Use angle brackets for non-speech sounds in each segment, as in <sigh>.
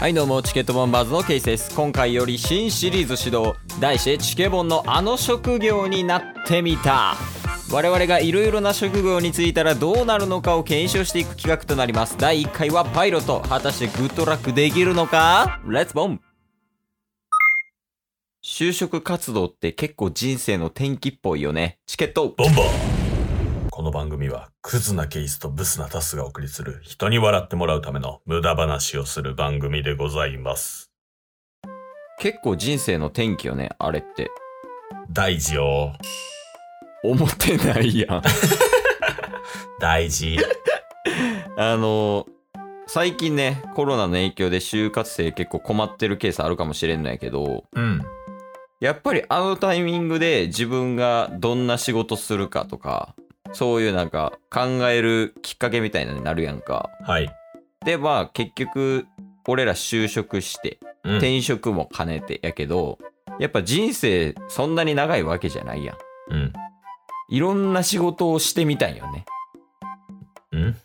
はいどうもチケットボンバーズのケイスです今回より新シリーズ始動題してチケボンのあの職業になってみた我々がいろいろな職業に就いたらどうなるのかを検証していく企画となります第1回はパイロット果たしてグッドラックできるのかレッツボン就職活動って結構人生の転機っぽいよねチケットボンボンこの番組は、クズなケイスとブスなタスがお送りする、人に笑ってもらうための無駄話をする番組でございます。結構人生の転機よねあれって大事よ。思ってないやん大事。あの最近ねコロナの影響で就活生結構困ってるケースあるかもしれないけどうん。やっぱりあのタイミングで自分がどんな仕事するかとかそういうなんか考えるきっかけみたいなのになるやんかはい。でまあ結局俺ら就職してうん転職も兼ねてやけどやっぱ人生そんなに長いわけじゃないやんうん。いろんな仕事をしてみたいよねうん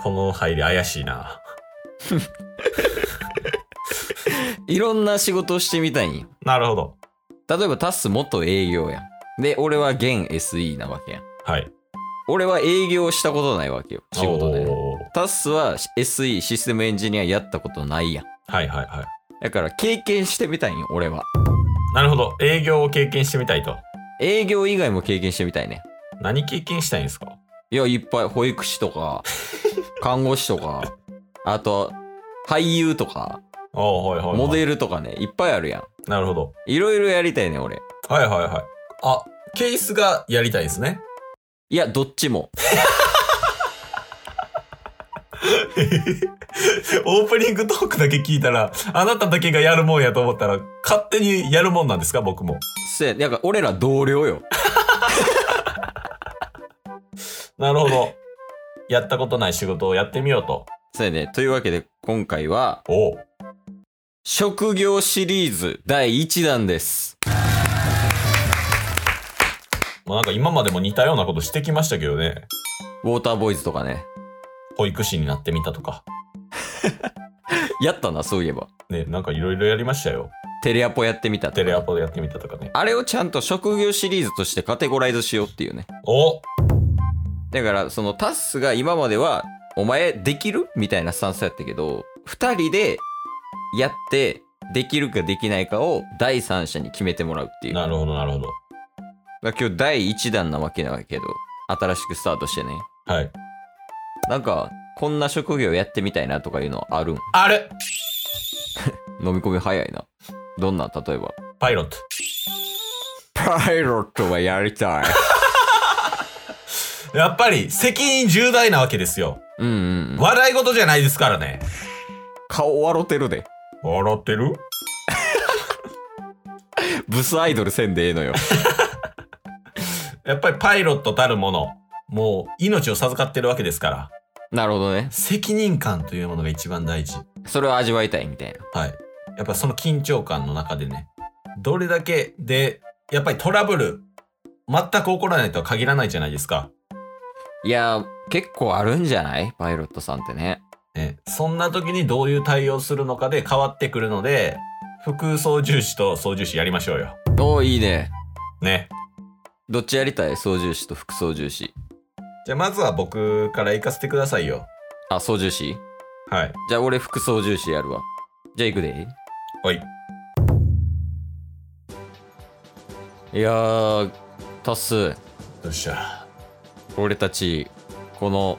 この入り怪しいな。いろんな仕事をしてみたいんよなるほど。例えばタッス元営業やん。で、俺は現 SE なわけやん。はい。俺は営業したことないわけよ、仕事で。おータッスは SE、システムエンジニアやったことないやん。はいはいはい。だから経験してみたいんよ、俺は。なるほど。営業を経験してみたいと。営業以外も経験してみたいね。何経験したいんですかいや、いっぱい保育士と <laughs> か、看護師とか、あと、俳優とか、ああ、はいはい、はい。モル。デルとかね、いっぱいあるやん。なるほど。いろいろやりたいね、俺。はいはいはい。あ、ケースがやりたいんですね。いや、どっちも。オープニングトークだけ聞いたら、あなただけがやるもんやと思ったら、勝手にやるもんなんですか僕も。せや、なんか俺ら同僚よ。なるほど。やったことない仕事をやってみようと。そうやね。というわけで、今回は、おう職業シリーズ第1弾です。まあなんか今までも似たようなことしてきましたけどね。ウォーターボーイズとかね。保育士になってみたとか。やったな、そういえば。ね、なんかいろいろやりましたよ。テレアポやってみたとかテレアポでやってみたとかね。あれをちゃんと職業シリーズとしてカテゴライズしようっていうね。おだから、そのタッスが今までは、お前できるみたいなスタンスやったけど、二人でやって、できるかできないかを第三者に決めてもらうっていう。なるほど、なるほど。だから今日第1弾なわけだけど、新しくスタートしてね。はい。なんか、こんな職業やってみたいなとかいうのあるんあれ飲み込み早いな。どんな、例えば。パイロット。パイロットはやりたい。やっぱり責任重大なわけですよ。うんうん。笑い事じゃないですからね。顔笑てるで。笑ってるブスアイドルせんでええのよ。やっぱりパイロットたるもの、もう命を授かってるわけですから、なるほどね。責任感というものが一番大事。それを味わいたいみたいな。はい。やっぱその緊張感の中でね、どれだけで、やっぱりトラブル、全く起こらないとは限らないじゃないですか。いやー、結構あるんじゃないパイロットさんってね。ね、そんな時にどういう対応するのかで変わってくるので、副操縦士と操縦士やりましょうよ。おー、いいね。ね。どっちやりたい操縦士と副操縦士。じゃあまずは僕から行かせてくださいよ。あ、操縦士はい。じゃあ俺副操縦士やるわ。じゃあ行くで。はい。いやー、タス、よっしゃ。俺たち、この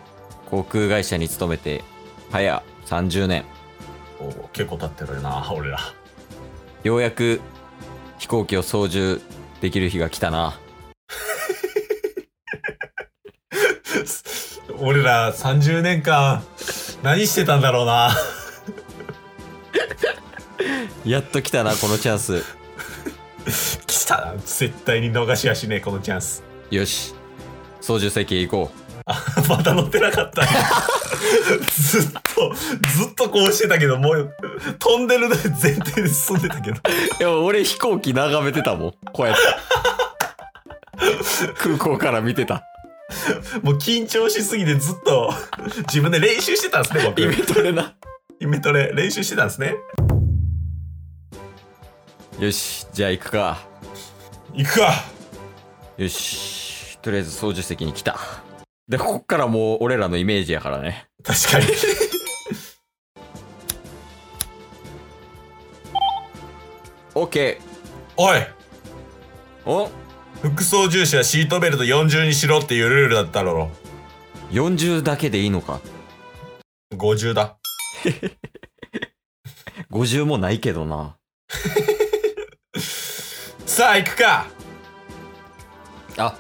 航空会社に勤めて、早30年。おー結構経ってるな、俺ら。 <laughs> ようやく飛行機を操縦できる日が来たな。俺ら30年間何してたんだろうなやっと来たな、このチャンス。来たな絶対に逃しやしねえこのチャンス <laughs> よし。操縦席へ行こまた乗ってなかった <laughs> ずっとずっとこうしてたけどもう飛んでる前提で進んでたけどう。いや、俺飛行機眺めてたもん。こうや <laughs> って。空港から見てた。もう緊張しすぎてずっと自分で練習してたんですね僕トレな。イトレ練習してたんですね。よしじゃあ行くか行くかよしとりあえず操縦席に来たでこっからもう俺らのイメージやからね確かに。 <laughs> OK おいお副操縦士はシートベルト40にしろっていうルールだったろ。 40だけでいいのか50だ。 50もないけどなさあ行くかあ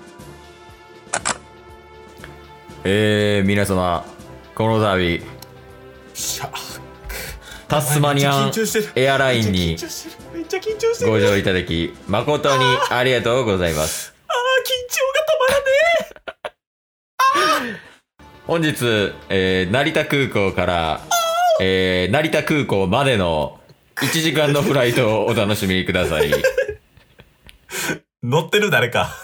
えー、皆様この度しゃタスマニアンめっちゃ緊張してるエアラインめっにちゃ緊張してる。めっちゃ緊張してる。ご乗いただき誠にありがとうございますああ、緊張が止まらね本日、えー成田空港から、えー成田空港までの1時間のフライトをお楽しみくださ <laughs> い。よ、え。乗ってる誰か。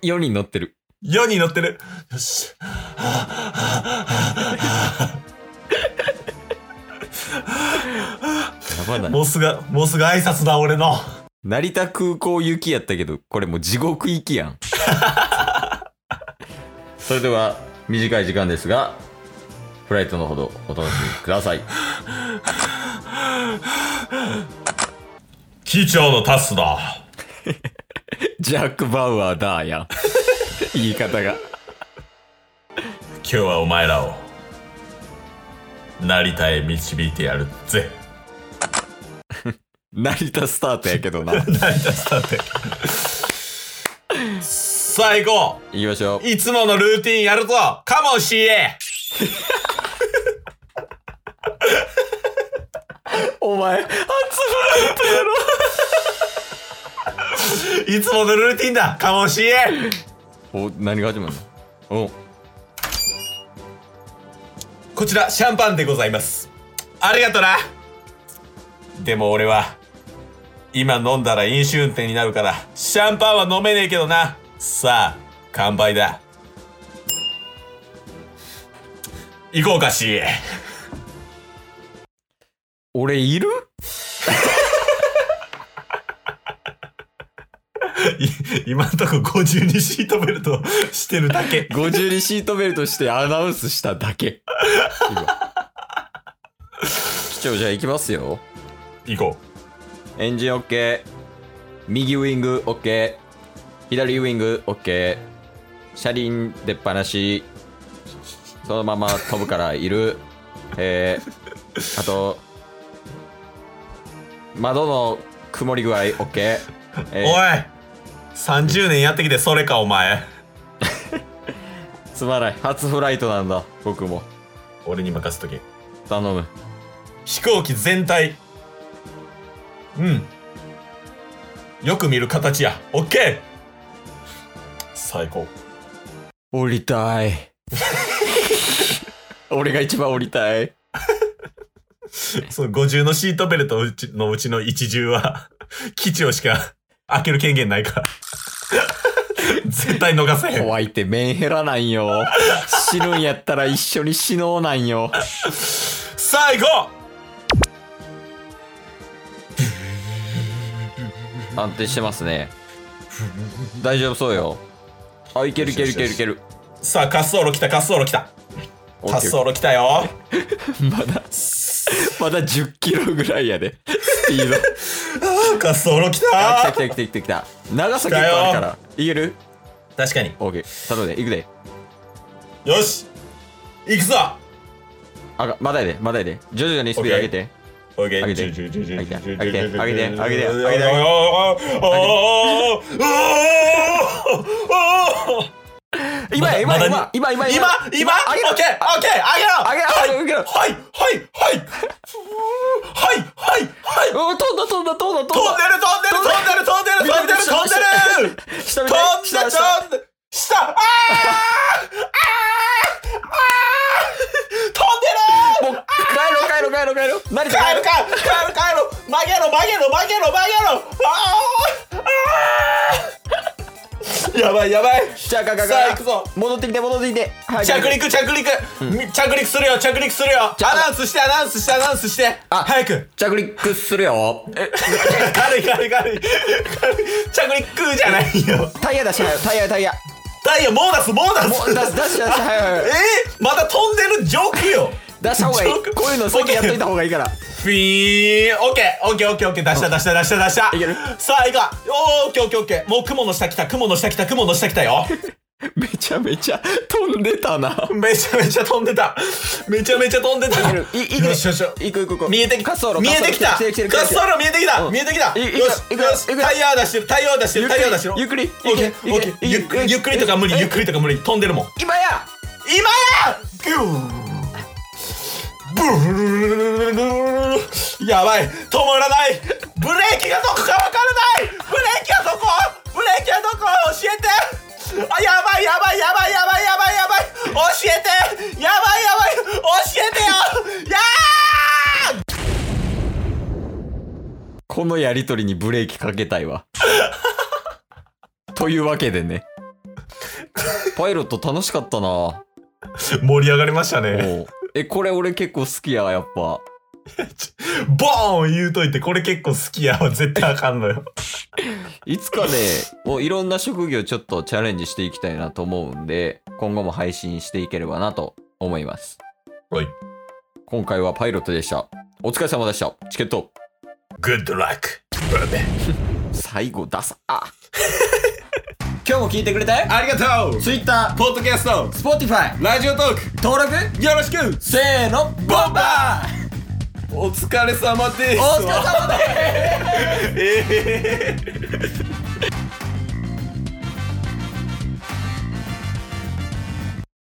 4人乗ってる。 4に乗ってる。よし。はやばあない。もうすぐ、もうすぐ挨拶だ、俺の。成田空港行きやったけど、これもう地獄行きや <laughs> ん。それでは、短い時間ですが、フライトのほどお楽しみくだ <laughs> さい。機長のタスだ。ジャック・バウアーだー <laughs> やん。言い方が。今日はお前らを、成田へ導いてやるぜ。成田スタートやけどな。成田スタート。さあ行こ行きましょうう。いつものルーティンやるぞカモン CA! お前、いつものルーティンだカモン CA! お、何が始まるのおこちらシャンパンでございますありがとなでも俺は今飲んだら飲酒運転になるからシャンパンは飲めねえけどなさあ乾杯だ行こうか CA 俺いる <laughs> 今んとこ52シートベルトしてるだけ ?50 にシートベルトしてアナウンスしただけ。機長じゃあ行きますよ。行こエンジン OK。右ウィング OK。左ウィング OK。車輪出っ放し。そのまま飛ぶからいる。えー、あと、窓の曇り具合 OK。えう、ーおい30年やってきてそれかお前すまない。初フライトなんだ。僕も。俺に任せとけ頼む。飛行機全体うんよく見る形やオッケー最高降りたい。 <laughs> 俺が一番降りたい。その50のシートベルトのうちのうちの一重は <laughs> 基地をしか開ける権限ないから <laughs> 絶対逃せへん怖いってメンヘラなんよ。死ぬんやったら一緒に死のうなんよ。さあ行こ安定してますね。大丈夫そうよ。あ、いけるいけるいけるいける。うさあ滑走路来た滑走路来たオ滑ッケ走ー路来たよまだ、まだ10キロぐらいやで。スピード。滑走路来あ、た来た来た来た来た来た。長さ結構あるから。いける確かにオッケー。頼むで、いくで。よし行くぞあが、まだやで、まだやで。徐々にスピード上げて。オッケー。上げて上げて、上上げてげて、上げて上げて上げて上げて上げてお今や、今まだや、まだ今、今、今、今、今、あげろオッケー、オッケー、あ上げげろあげろろはい、はい、はい、はい、はい、はい、はい、うん、飛んだ飛んだ飛んだ飛ん飛んだでる、飛んでる、飛んでる、飛んでる、飛んでる、飛んでる、飛んで下見る、飛んでる、飛んでる、て下、下下下、あーあーあー飛もんでるう帰ろう帰ろう帰ろう帰ろう成田帰帰ろるうか帰る帰る曲げろ曲げろ曲げろ曲げろあーあーやばいやばいじゃあガガガガさあ行くぞ戻ってきて戻ってきてはい着陸着陸、着陸するよ着陸するよア着陸ナウンスしてアナウンスしてアナウンスしてあ早く着陸するよ軽い軽い軽い軽い着陸じゃないよタイヤ出しなよタイヤタイヤダイヤもう出すもう出すもう出す出し出しはいはいはい <laughs> えー、また飛んでる上空よ出した方がいいジョークこういうの先やっといた方がいいからフィーンオッケーオッケーオッケーオッケー出した出した出した出したいけるさあ行こうおーオッケーオッケーオッケーもう雲の下来た雲の下来た雲の下来たよめちゃめちゃ飛んでたなめちゃめちゃ飛んでためちゃめちゃ飛んでたいけるいいけるよしよしよし行く行く行く見えてき滑走路見えてきた滑走路来てる来てる来て滑る走路見えてきたうん見えてきたいよいくしよよいくよしいくよタイヤは出してるタイヤは出してるゆっくタイりヤは出してるゆっくりオッケーゆっオくりッケーゆっくりゆゆっっくくりりとか無理ゆっくりとか無理飛んでるもん今や今やギューブルルルルルルルルやばい止まらないブレーキがどこかわからないブレーキはどこブレーキはどこ教えてあやばいやばいやばいやばいやばいやばい教えてやばいやばい教えてよやーこのやりとりにブレーキかけたいわというわけでねパイロット楽しかったなお盛り上がりましたねうえこれ俺結構好きややっぱボーン言うといてこれ結構好きやわ絶対あかんのよいつかねもういろんな職業ちょっとチャレンジしていきたいなと思うんで今後も配信していければなと思いますはい今回はパイロットでしたお疲れ様でしたチケットグッドラックブベ最後出さあ今日も聞いてくれてありがとう Twitter、ポッドキャスト Spotify ラジオトー登録クよろしくせーのボンバー <laughs> お疲哦れ様ですお疲れ様ですえー